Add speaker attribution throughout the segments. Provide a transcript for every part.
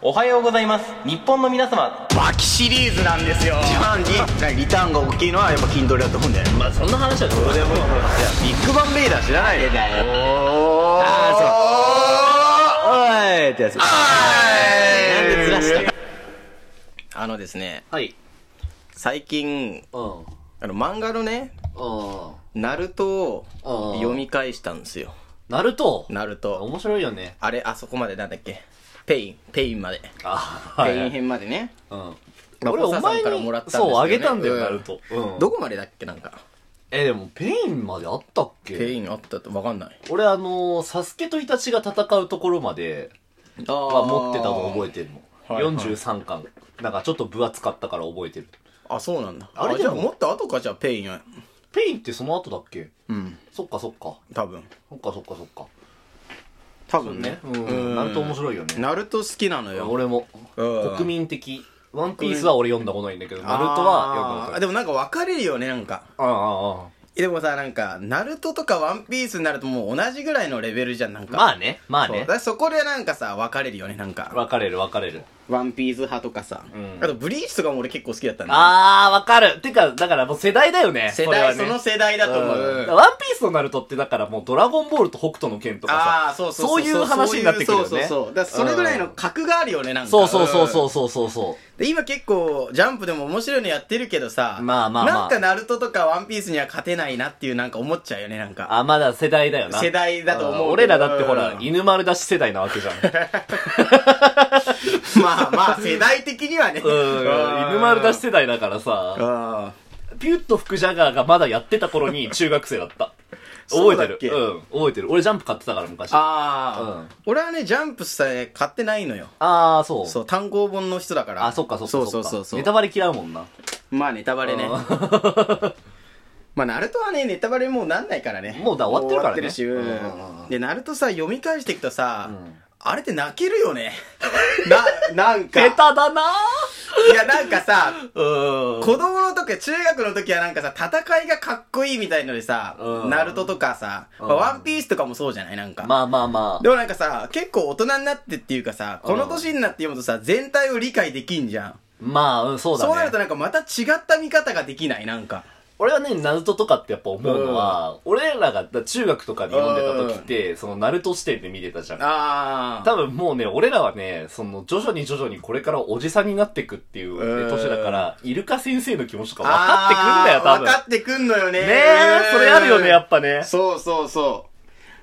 Speaker 1: おはようございます日本の皆様
Speaker 2: バキシリーズなんですよ
Speaker 3: 一番にリターンが大きいのはやっぱ筋トレだと思うんだよね
Speaker 1: まあそんな話はどうでもいい
Speaker 3: ビッグバンベイダー知らないよ
Speaker 1: だよ
Speaker 3: あーそうおーいってやつ
Speaker 1: なんでずらした
Speaker 2: あのですね
Speaker 1: はい
Speaker 2: 最近
Speaker 1: うんうん
Speaker 2: あの漫画のねナルトを読み返したんですよ
Speaker 1: ナルト
Speaker 2: ナルト
Speaker 1: 面白いよね
Speaker 2: あれあそこまでなんだっけペインペインまで
Speaker 1: あは
Speaker 2: ペイン
Speaker 1: い、
Speaker 2: 編までね
Speaker 1: うん、
Speaker 2: まあ
Speaker 1: 俺
Speaker 2: ポ
Speaker 1: お
Speaker 2: サさ
Speaker 1: 前
Speaker 2: ん
Speaker 1: に
Speaker 2: からもらったんですけどね
Speaker 1: そうあげたんだよ、
Speaker 2: うん
Speaker 1: ナルト、うん、
Speaker 2: どこまでだっけなんか
Speaker 1: えでもペインまであったっけ
Speaker 2: ペインあったとわかんない
Speaker 1: 俺あのーサスケとイタチが戦うところまで
Speaker 2: あ
Speaker 1: は持ってたの覚えてるの、
Speaker 2: はいはい
Speaker 1: 43巻なんかちょっと分厚かったから覚えてる
Speaker 2: あそうなんだ
Speaker 1: あ
Speaker 2: あ
Speaker 1: れ
Speaker 2: れ
Speaker 1: で
Speaker 2: じゃ
Speaker 1: も
Speaker 2: あもっと後かじゃあペインは
Speaker 1: ペインってその後だっけ
Speaker 2: うん
Speaker 1: そっかそっか
Speaker 2: 多分
Speaker 1: そっかそっかそっか
Speaker 2: 多分ね
Speaker 1: うんナルト面白いよね
Speaker 2: ナルト好きなのよ
Speaker 1: 俺も
Speaker 2: うん
Speaker 1: 国民的ワンピースは俺読んだことないんだけどナルト
Speaker 2: あ
Speaker 1: は
Speaker 2: ー
Speaker 1: よく
Speaker 2: でもなんか分かれるよねなんか
Speaker 1: あああ
Speaker 2: でもさなんかナルトとかワンピースになるともう同じぐらいのレベルじゃんなんか
Speaker 1: まあねまあ
Speaker 2: そうだ
Speaker 1: ね
Speaker 2: からそこでなんかさ分かれるよねなんか
Speaker 1: 分かれる分かれる
Speaker 2: ワンピース派とかさ、
Speaker 1: うん
Speaker 2: あとブリーチとかも俺結構好きだったんだよ
Speaker 1: あー分かるてかだからもう世代だよね
Speaker 2: 世
Speaker 1: これは
Speaker 2: 代
Speaker 1: ね
Speaker 2: その世代だと思
Speaker 1: うん
Speaker 2: う、
Speaker 1: ワンピースとナルトってだからもうドラゴンボールと北斗の拳とかさ
Speaker 2: ああそうそう
Speaker 1: そういう話になってくるよね
Speaker 2: そうそうそうだからそれぐらいの格があるよねなんか
Speaker 1: そうそうそうそううそうそうそ
Speaker 2: んで今結構ジャンプでも面白いのやってるけどさ
Speaker 1: まあまあまあ
Speaker 2: なんかナルトとかワンピースには勝てないなっていうなんか思っちゃうよねなん か
Speaker 1: あ、まだ世代だよな。
Speaker 2: 世代だと思うけど
Speaker 1: ん俺らだってほら
Speaker 2: う、ん
Speaker 1: 犬丸出し世代なわけじゃ ん。
Speaker 2: まあまあ世代的にはね
Speaker 1: うん。犬丸出し世代だからさ、
Speaker 2: あ
Speaker 1: ピュッと福ジャガーがまだやってた頃に中学生だった。覚えてる。
Speaker 2: そう
Speaker 1: うん。覚えてる。俺ジャンプ買ってたから昔。あ
Speaker 2: あー、俺はねジャンプさえ買ってないのよ
Speaker 1: あー、そう。
Speaker 2: そう単行本の人だから
Speaker 1: あ、そっかそっか
Speaker 2: そ
Speaker 1: そっ
Speaker 2: う
Speaker 1: か。
Speaker 2: そうそうそう
Speaker 1: ネタバレ嫌うもんな。
Speaker 2: まあネタバレね
Speaker 1: うん
Speaker 2: まあナルトはねネタバレもうなんないからね
Speaker 1: もうだ終わってるからね
Speaker 2: もう終わってるし、
Speaker 1: うん
Speaker 2: うんでナルトさ読み返していくとさ、
Speaker 1: うん
Speaker 2: あれって泣けるよ ねななんか
Speaker 1: ベタだない
Speaker 2: やなんかさ
Speaker 1: うん。
Speaker 2: 子供の時中学の時はなんかさ戦いがかっこいいみたいのでさ、
Speaker 1: うん
Speaker 2: ナルトとかさ、
Speaker 1: うん
Speaker 2: まあワンピースとかもそうじゃないなんか、
Speaker 1: まあまあま
Speaker 2: でもなんかさ、結構大人になってっていうかさ、この年になって読むとさ、全体を理解できんじゃん。
Speaker 1: あ。まあ、うん、そうだ
Speaker 2: そうな
Speaker 1: ね
Speaker 2: ると。なんかまた違った見方ができないなんか。
Speaker 1: 俺はね、ナルトとかってやっぱ思うのは、俺らが中学とかで読んでた時って、そのナルト視点で見てたじゃん。
Speaker 2: あ
Speaker 1: 多分もうね、俺らはね、その、徐々に徐々にこれからおじさんになってくっていうね、
Speaker 2: うん
Speaker 1: 年だから、イルカ先生の気持ちとか分かってくんだよ、
Speaker 2: あー
Speaker 1: 多分。
Speaker 2: 分かってくんのよね。
Speaker 1: ねえ、それあるよね、やっ
Speaker 2: ぱ。
Speaker 1: ぱね。
Speaker 2: そうそうそ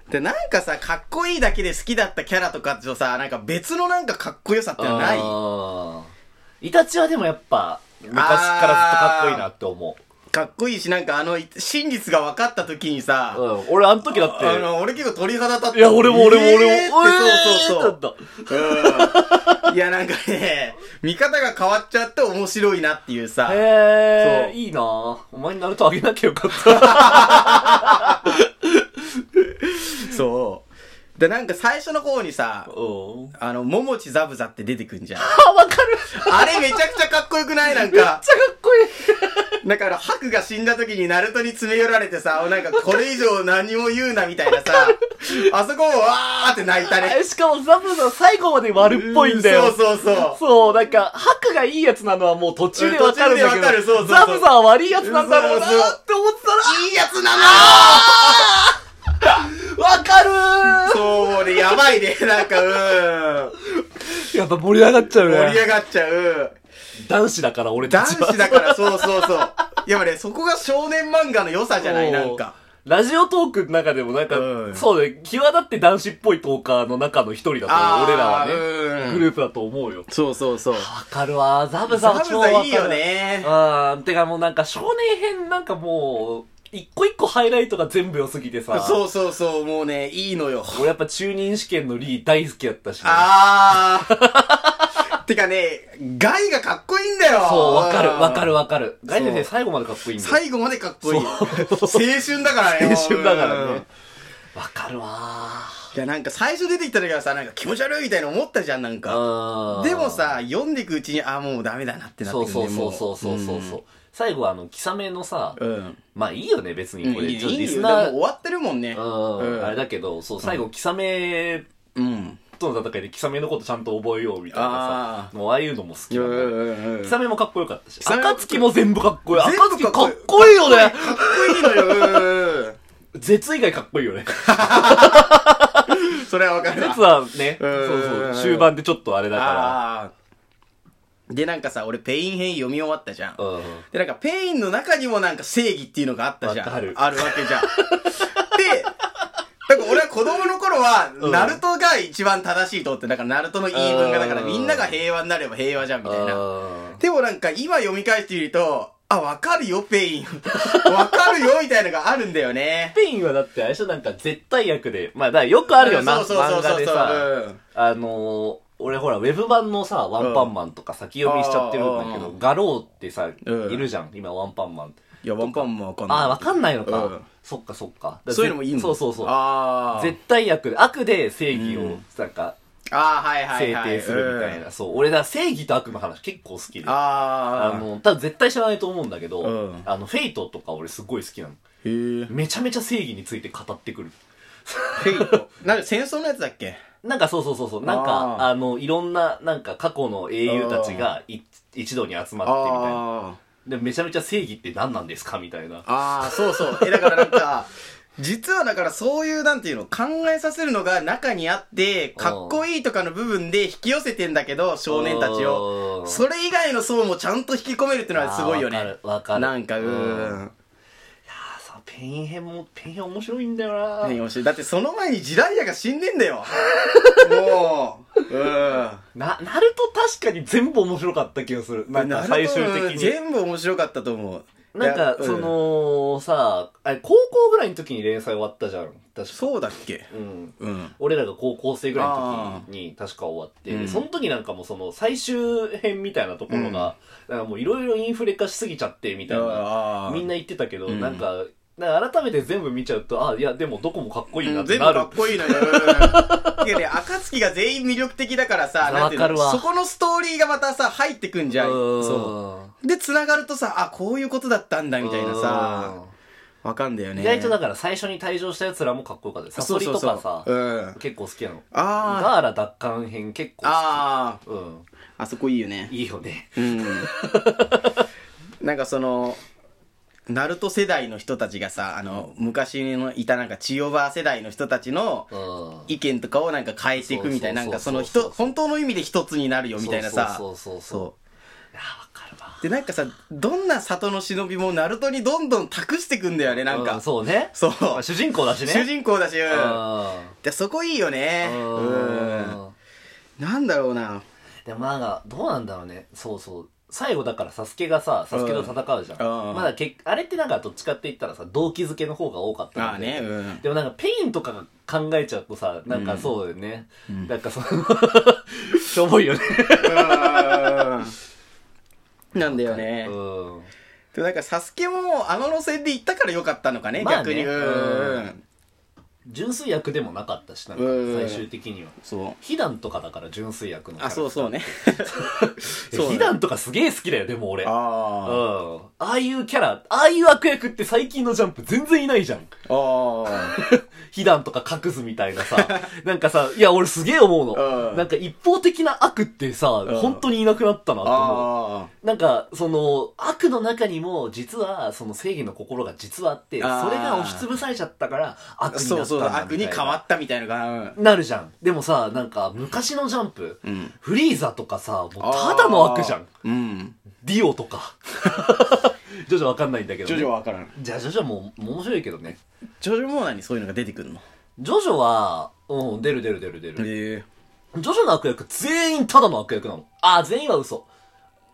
Speaker 2: う。で、なんかさ、かっこいいだけで好きだったキャラとかとさ、なんか別のなんかかっこよさってのはない
Speaker 1: いイタチはでもやっぱ、昔からずっとかっこいいなって思う。
Speaker 2: かっこいいし、なんかあの、真実が分かった時にさ、
Speaker 1: うん、俺あの時だって、
Speaker 2: あの、俺結構鳥肌立った。
Speaker 1: いや、俺も俺も俺も、
Speaker 2: えーってそうそうそう。
Speaker 1: そ
Speaker 2: う
Speaker 1: う。
Speaker 2: んいや、なんかね、見方が変わっちゃって面白いなっていうさ。
Speaker 1: へ
Speaker 2: そ
Speaker 1: え、
Speaker 2: う
Speaker 1: いいなぁお前にナルトあげなきゃよかった。
Speaker 2: そう。で、なんか最初の方にさ、
Speaker 1: うん。
Speaker 2: あの、ももちザブザって出てくんじゃん。
Speaker 1: あ、わかる
Speaker 2: あれめちゃくちゃかっこよくないなんか。
Speaker 1: めっちゃかっこいい。
Speaker 2: だから、ハクが死んだ時にナルトに詰め寄られてさ、なんかこれ以上何も言うなみたいな さ、あそこもわーって泣いたね。
Speaker 1: えしかもザブザ最後まで丸っぽいんだよ。
Speaker 2: そうそうそう。
Speaker 1: そう、なんか、ハクがいいやつなのはもう途中でわかるんだけ
Speaker 2: 途中でわかるそうそ
Speaker 1: ど、
Speaker 2: うそう
Speaker 1: ザブザは悪いやつなんだろうなって思って
Speaker 2: いいやつなの
Speaker 1: たら、わかる
Speaker 2: そう、もうね、やばいね、なんか、うん。
Speaker 1: ーやっぱ盛り上がっちゃう
Speaker 2: 盛り上
Speaker 1: ね。
Speaker 2: がっちゃう。
Speaker 1: 男子だから俺た
Speaker 2: 男
Speaker 1: ちは。
Speaker 2: 子だから、そうそうそう。いやっぱね、そこが少年漫画の良さじゃない、なんか。
Speaker 1: ラジオトークの中でもなんか、
Speaker 2: うん
Speaker 1: そうね、際立って男子っぽいトーカーの中の一人だと
Speaker 2: あー
Speaker 1: 思う、俺らはね、
Speaker 2: うん
Speaker 1: グループだと思うよ。
Speaker 2: そうそうそう。
Speaker 1: わかるわザブザ
Speaker 2: サ
Speaker 1: は
Speaker 2: ブ
Speaker 1: 超わかる
Speaker 2: ザいいよね。
Speaker 1: うん、てかもうなんか少年編なんかもう、一個一個ハイライトが全部良すぎてさ。
Speaker 2: そうそうそう、もうね、いいの よ。
Speaker 1: 俺やっぱ中任試験のリー大好きやったし、ね。
Speaker 2: あー。 てかね、ガイがかっこいいんだよ。
Speaker 1: そう、わかる、わか
Speaker 2: る。
Speaker 1: る、わかる。ガイ先
Speaker 2: そ
Speaker 1: 生
Speaker 2: う
Speaker 1: 最後までかっこいいんだよ。
Speaker 2: 最後までかっこいい。青
Speaker 1: そう
Speaker 2: 春だからね。
Speaker 1: 青春だから
Speaker 2: う
Speaker 1: ね
Speaker 2: ん。。
Speaker 1: わかるわ
Speaker 2: いや、なんか最初出てきた時はさ、なんか気持ち悪いみたいな思ったじゃん、なんか。
Speaker 1: ー。うん。
Speaker 2: でも、さ、読んでいくうちに、あ、もうダメだなってなってく
Speaker 1: そう
Speaker 2: る
Speaker 1: そう
Speaker 2: ね
Speaker 1: そうそうそうそう。う最後はあの、キサメのさ、
Speaker 2: う。うん。
Speaker 1: まあいいよね、別にこれ。
Speaker 2: いい
Speaker 1: ちょっと
Speaker 2: いい
Speaker 1: リス
Speaker 2: よ。だから
Speaker 1: ナ
Speaker 2: もう
Speaker 1: ー、
Speaker 2: 終わってるもんね。
Speaker 1: うん、あれだけど、そう、最後、キサメ
Speaker 2: うん。
Speaker 1: との戦いでキサメのことちゃんと覚えようみたいな
Speaker 2: あ
Speaker 1: さ、もうああいうのも好きなんだよ
Speaker 2: うんうん
Speaker 1: キサメもかっこよかったし。
Speaker 2: サメも
Speaker 1: 暁も全部かっこいい。
Speaker 2: 全部
Speaker 1: 暁
Speaker 2: か
Speaker 1: か
Speaker 2: っこいい
Speaker 1: っこいいよね
Speaker 2: かっこいいのよ、うん
Speaker 1: 絶以外かっこいいよ ね。
Speaker 2: それはわかるわ。
Speaker 1: 絶はね、
Speaker 2: う
Speaker 1: そ
Speaker 2: ん
Speaker 1: うそう、終盤でちょっとあれだか
Speaker 2: あーで、なんかさ、俺、ペイン編読み終わったじゃん。
Speaker 1: ら。うん。
Speaker 2: で、なんか、ペインの中にもなんか正義っていうのがあったじゃん。
Speaker 1: ある
Speaker 2: あるわけじゃん。で、なんか俺は子供の頃は、
Speaker 1: うん
Speaker 2: ナルトが一番正しいと思って、だからナルトの言い分が、だから
Speaker 1: うん
Speaker 2: みんなが平和になれば平和じゃん、みたいな。
Speaker 1: あ
Speaker 2: でもなんか、今読み返してみると、あ、わかるよ、ペイン。わかるよ、みたいなのがあるんだよね
Speaker 1: ー。ペインはだって、あれでしょなんか絶対役で、まあ、だからよくあるよな、
Speaker 2: そうそうそう
Speaker 1: 漫
Speaker 2: そう
Speaker 1: 画でさ、あのー、俺ほら、ウェブ版のさ、ワンパンマンとか先読みしちゃってるんだけ
Speaker 2: う
Speaker 1: ど
Speaker 2: ん、
Speaker 1: ガローってさ、
Speaker 2: うん
Speaker 1: いるじゃん、今ワンパンマン。
Speaker 2: いや、ワンパンもわかんない。
Speaker 1: ああ、わかんないのか。
Speaker 2: うん
Speaker 1: そっかそっか。
Speaker 2: そういうのもいいの
Speaker 1: そうそうそう。
Speaker 2: ああ。
Speaker 1: 絶対役で、悪で正義
Speaker 2: う
Speaker 1: を
Speaker 2: ん、
Speaker 1: なんか、
Speaker 2: ああ、はいはい
Speaker 1: 制
Speaker 2: はい。
Speaker 1: 定するみたい
Speaker 2: うん
Speaker 1: な。そう。俺だ、正義と悪の話結構好きで。
Speaker 2: あ
Speaker 1: あ
Speaker 2: あ。
Speaker 1: の、多分絶対知らないと思うんだけど、
Speaker 2: うん
Speaker 1: あの、フェイトとか俺すごい好きなの。
Speaker 2: へえ。
Speaker 1: めちゃめちゃ正義について語ってくる。
Speaker 2: ヘイト。なんか戦争のやつだっけ
Speaker 1: なんかそうそうそうそう、なんか、
Speaker 2: あー
Speaker 1: あの、いろんな、なんか過去の英雄たちがい一度に集まってみたいな。
Speaker 2: あ
Speaker 1: で、めちゃめちゃ正義って何なんですかみたいな
Speaker 2: あ。。ああ、そうそう。え、だからなんか、 実はだからそういう、なんていうの、考えさせるのが中にあって、かっこいいとかの部分で引き寄せてんだけど、少年たちを。
Speaker 1: を
Speaker 2: それ以外の層もちゃんと引き込めるってのはすごいよ
Speaker 1: わか
Speaker 2: ね
Speaker 1: る。。わかる。
Speaker 2: なんか、う
Speaker 1: うん
Speaker 2: ん。
Speaker 1: あさペイン編もペイン編面白いんだよな
Speaker 2: 何をしてだってその前にジライアが死んでんだ よ。もう。うん。
Speaker 1: なナルト確かに全部面白かった気がするなんか最終
Speaker 2: なるほど
Speaker 1: 的に
Speaker 2: 全部面白かったと思う
Speaker 1: なん
Speaker 2: いや
Speaker 1: か
Speaker 2: うん
Speaker 1: そのさあれ高校ぐらいの時に連載終わったじゃん確か
Speaker 2: そうだっけ
Speaker 1: うん
Speaker 2: うん
Speaker 1: 俺らが高校生ぐらいの時に確か終わって、
Speaker 2: うん
Speaker 1: その時なんかもうその最終編みたいなところが、なんかもういろいろインフレ化しすぎちゃってみたいな
Speaker 2: あー
Speaker 1: みんな言ってたけど、
Speaker 2: うん
Speaker 1: なんかなんか改めて全部見ちゃうとあいやでもどこもかっこいいな
Speaker 2: う
Speaker 1: っ
Speaker 2: ん
Speaker 1: て
Speaker 2: 全部
Speaker 1: なる、
Speaker 2: かっこいいのよ。いやね、暁が全員魅力的だからさ、
Speaker 1: あ
Speaker 2: なんていうの
Speaker 1: わかるわ
Speaker 2: そこのストーリーがまたさ、入ってくんじゃん。
Speaker 1: うん
Speaker 2: そ。
Speaker 1: そう
Speaker 2: で、繋がるとさ、あ、こういうことだったんだ、みたいなさ、わかんだよね。
Speaker 1: 意外とだ
Speaker 2: か
Speaker 1: から最初に退場した奴らもかっこよかったサソリとかさ
Speaker 2: うん。
Speaker 1: 結構好きなの
Speaker 2: あー
Speaker 1: ガーラ奪還編結構好
Speaker 2: あ
Speaker 1: きうん
Speaker 2: ー、あそこいいよね。
Speaker 1: いいよね
Speaker 2: うん。なんかその、ナルト世代の人たちがさ、あの、昔のいたなんか千代葉世代の人たちの
Speaker 1: うん
Speaker 2: 意見とかをなんか変えていくみたいな、なんかその
Speaker 1: そうそ
Speaker 2: 人、
Speaker 1: うそうそう
Speaker 2: 本当の意味で一つになるよみたいなさ。
Speaker 1: そうそうそうそう
Speaker 2: そう。
Speaker 1: いやわかるわ
Speaker 2: で、なんかさ、どんな里の忍びもナルトにどんどん託してくんだよね、なんか。
Speaker 1: うそうね
Speaker 2: そう。
Speaker 1: まあ主人公だしね
Speaker 2: 主人公だし、うん
Speaker 1: うん
Speaker 2: で、そこいいよね。うん。
Speaker 1: うん
Speaker 2: なんだろうな。
Speaker 1: でもなんかどうなんだろうねそうそう最後だからサスケがさサスケと戦うじゃ
Speaker 2: うんうん
Speaker 1: んまだけあれってなんかどっちかって言ったらさ動機づけの方が多かった
Speaker 2: ま
Speaker 1: の
Speaker 2: あ
Speaker 1: で
Speaker 2: ね、うん。
Speaker 1: でもなんかペインとかが考えちゃうとさ、なんかそうだよね。なんかその、しょぼいよね。
Speaker 2: なんだよね。
Speaker 1: うん。
Speaker 2: でもなんか、サスケもあの路線で行ったから良かったのかね、
Speaker 1: まあね
Speaker 2: 逆に。うん。
Speaker 1: 純粋役でもなかったし、なんか
Speaker 2: うん
Speaker 1: 最終的には。
Speaker 2: そう。
Speaker 1: ヒダンとかだから純粋役の。
Speaker 2: あ、そうそうね。
Speaker 1: え
Speaker 2: そうね
Speaker 1: ヒダンとかすげえ好きだよ、でも俺。うん。
Speaker 2: あ
Speaker 1: ああいうキャラ、ああいう悪役って最近のジャンプ全然いないじゃん。
Speaker 2: あ。あ
Speaker 1: ヒダンとか隠すみたいなさ。 なんかさ、いや俺すげえ思う
Speaker 2: う
Speaker 1: の。
Speaker 2: ん
Speaker 1: なんか一方的な悪ってさ、
Speaker 2: ん
Speaker 1: 本当にいなくなったなって思う。
Speaker 2: あ。
Speaker 1: なんか、その、悪の中にも、実は、その正義の心が実はあって、そ
Speaker 2: あー
Speaker 1: れが押しつぶされちゃったから、悪に
Speaker 2: そ
Speaker 1: な
Speaker 2: う
Speaker 1: った
Speaker 2: そ
Speaker 1: ん
Speaker 2: う、
Speaker 1: だみたいな。
Speaker 2: 悪に変わったみたいなのが。
Speaker 1: なるじゃん。でもさ、なんか、昔のジャンプ、
Speaker 2: うん。
Speaker 1: フリーザとかさ、もうただの悪じゃん。。
Speaker 2: うん。デ
Speaker 1: ディオとか。 ジョジョわかんないんだけど、
Speaker 2: ジョ
Speaker 1: ね。
Speaker 2: ジョはわからん。
Speaker 1: じゃあ、ジョジョも、もう面白いけどね。
Speaker 2: ジョジョも何そういうのが出てくるの
Speaker 1: ジョジョは、うん、出る出る出る出る。
Speaker 2: え
Speaker 1: ジョジョの悪役、全員ただの悪役なの。あー、全員は嘘。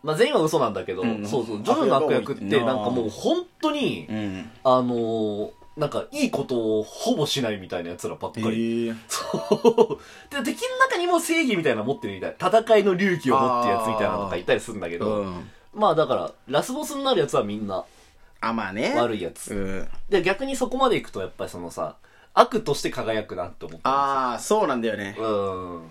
Speaker 1: まあ、全員は嘘なんだけど、
Speaker 2: うん
Speaker 1: そうそう、ジョジョの悪役って、
Speaker 2: 悪
Speaker 1: な
Speaker 2: 役
Speaker 1: ん
Speaker 2: が多いな
Speaker 1: かもう本当に
Speaker 2: え。、うん。
Speaker 1: あのー、なんか、いいことをほぼしないみたいな奴らばっかり。
Speaker 2: ええ。
Speaker 1: そう。 で、敵の中にも正義みたいなの持ってるみたいな。戦いの流儀を持ってるやつみたいなのがいたりするんだけ
Speaker 2: う
Speaker 1: ど。
Speaker 2: ん。
Speaker 1: まあだから、ラスボスになるやつはみんな
Speaker 2: あ、まあね。
Speaker 1: 悪
Speaker 2: い。
Speaker 1: いやつ。
Speaker 2: うん。
Speaker 1: で、逆にそこまで行くとやっぱりそのさ、悪として輝くなって思った。
Speaker 2: ああ、そうなんだよね。
Speaker 1: うん。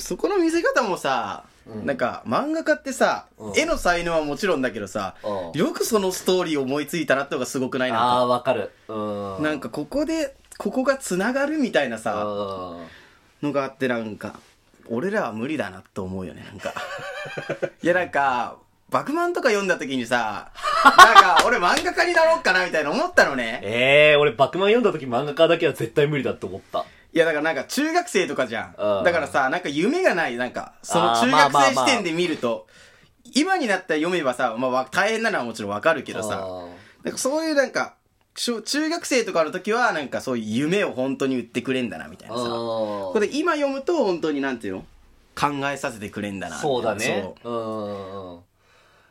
Speaker 2: そこの見せ方もさ、
Speaker 1: うん
Speaker 2: なんか漫画家ってさ、
Speaker 1: うん
Speaker 2: 絵の才能はもちろんだけどさ、
Speaker 1: うん
Speaker 2: よくそのストーリーを思いついたなってのがすごくない
Speaker 1: ああ、
Speaker 2: なんか
Speaker 1: わかる。うん。
Speaker 2: なんかここでここがつながるみたいな
Speaker 1: う
Speaker 2: さ
Speaker 1: ん。
Speaker 2: のがあってなんか俺らは無理だなと思うよね、なん か。いや、なんか、バクマンとか読んだ時にさ、なんか、俺漫画家になろうかな、みたいな思ったのね。
Speaker 1: ええー、俺、バックマン読んだ時漫画家だけは絶対無理だって思った。
Speaker 2: いや、だからなんか中学生とかじゃん。
Speaker 1: うん
Speaker 2: だからさ、なんか夢がない、なんか、その
Speaker 1: あー
Speaker 2: 中
Speaker 1: まあまあ
Speaker 2: 学生
Speaker 1: まあ
Speaker 2: 視点で見ると、今になったら読めばさ、まあわ大変なのはもちろんわかるけ
Speaker 1: け
Speaker 2: どさ、なんかそういうなんか、小中学生とかの時は、なんかそういう夢を本当に売ってくれんだな、みたいなさ。こ
Speaker 1: こ
Speaker 2: こで今読むと本当になんていうの考えさせてくれんだな。
Speaker 1: そうだね
Speaker 2: そう。
Speaker 1: うん。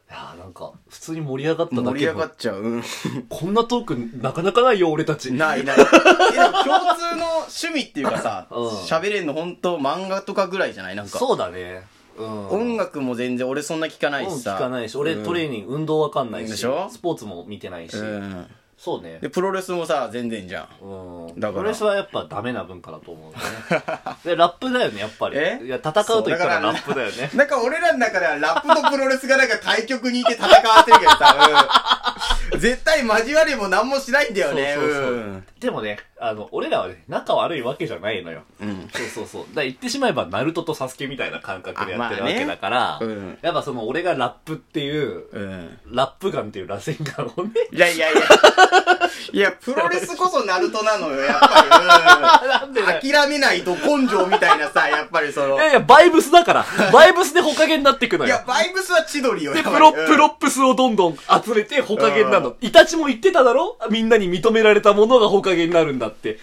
Speaker 1: いやーなんか、普通に盛り上がっただけ
Speaker 2: 盛り上が
Speaker 1: で
Speaker 2: っちゃう。 うん。
Speaker 1: こんなトークなかなかないよ、俺たち。
Speaker 2: ないない。え、でも共通の趣味っていうかさ、
Speaker 1: うん
Speaker 2: 喋、れんの本当漫画とかぐらいじゃないなんか。
Speaker 1: そうだね。うん。
Speaker 2: 音楽も全然俺そんな聞かないし
Speaker 1: 音
Speaker 2: さ。
Speaker 1: 聞かないし、俺トレーニング、運動わかんないし、
Speaker 2: でしょ
Speaker 1: スポーツも見てないし。
Speaker 2: うん。
Speaker 1: そうね。
Speaker 2: で、プロレスもさ、全然じゃん。
Speaker 1: うん。
Speaker 2: だから
Speaker 1: プロレスはやっぱダメな文化だと思うね。で、ラップだよね、やっぱり。
Speaker 2: え
Speaker 1: いや、戦うと言ったら
Speaker 2: そう
Speaker 1: ラップだよね。
Speaker 2: なんか俺らの中ではラップとプロレスがなんか対局にいて戦わってるけどさ、うん 絶対交わりも何もしないんだよね。
Speaker 1: そうそうそうでもね、あの、俺らはね、仲悪いわけじゃないのよ。
Speaker 2: うん
Speaker 1: そうそうそう。だから言ってしまえば、ナルトとサスケみたいな感覚でやってる
Speaker 2: あまあ
Speaker 1: わ
Speaker 2: ね
Speaker 1: けだから、
Speaker 2: うん
Speaker 1: やっぱその、俺がラップっていう、
Speaker 2: うん。うん。
Speaker 1: ラップガンっていう螺旋ガンをね、
Speaker 2: いやい やいや。いや、プロレスこそナルトなのよ、やっぱ
Speaker 1: なん
Speaker 2: り。
Speaker 1: で
Speaker 2: うん
Speaker 1: だよ。
Speaker 2: 諦めないと根性みたいなさ、やっぱりその
Speaker 1: い。やいや、バイブスだから、バイブスでほかげになってくの
Speaker 2: い
Speaker 1: よ
Speaker 2: や、。バイブスは千鳥よ、
Speaker 1: で、
Speaker 2: やっ
Speaker 1: プ
Speaker 2: ぱり
Speaker 1: ロ、
Speaker 2: うん
Speaker 1: プロップスをどんどん集めて、ほかげになるの。イタチも言ってただろみんなに認められたものがほかげになるんだって。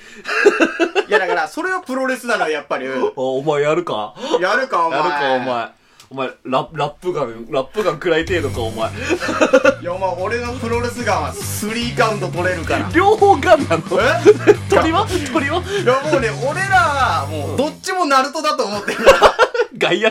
Speaker 2: いや、だから、それはプロレスなのよ、やっぱり。うん
Speaker 1: おお前やるか
Speaker 2: やるか、お前。
Speaker 1: やるか、お。前。お前、ララップガン、ラップガンくらい程度か、お前。
Speaker 2: いや、お前、俺のプロレスガンは3カウント取れるから。
Speaker 1: 両方ガンなの
Speaker 2: え
Speaker 1: 鳥は鳥はい
Speaker 2: やもうね、俺らは、もう、どっちもナルトだと思ってる。
Speaker 1: 外野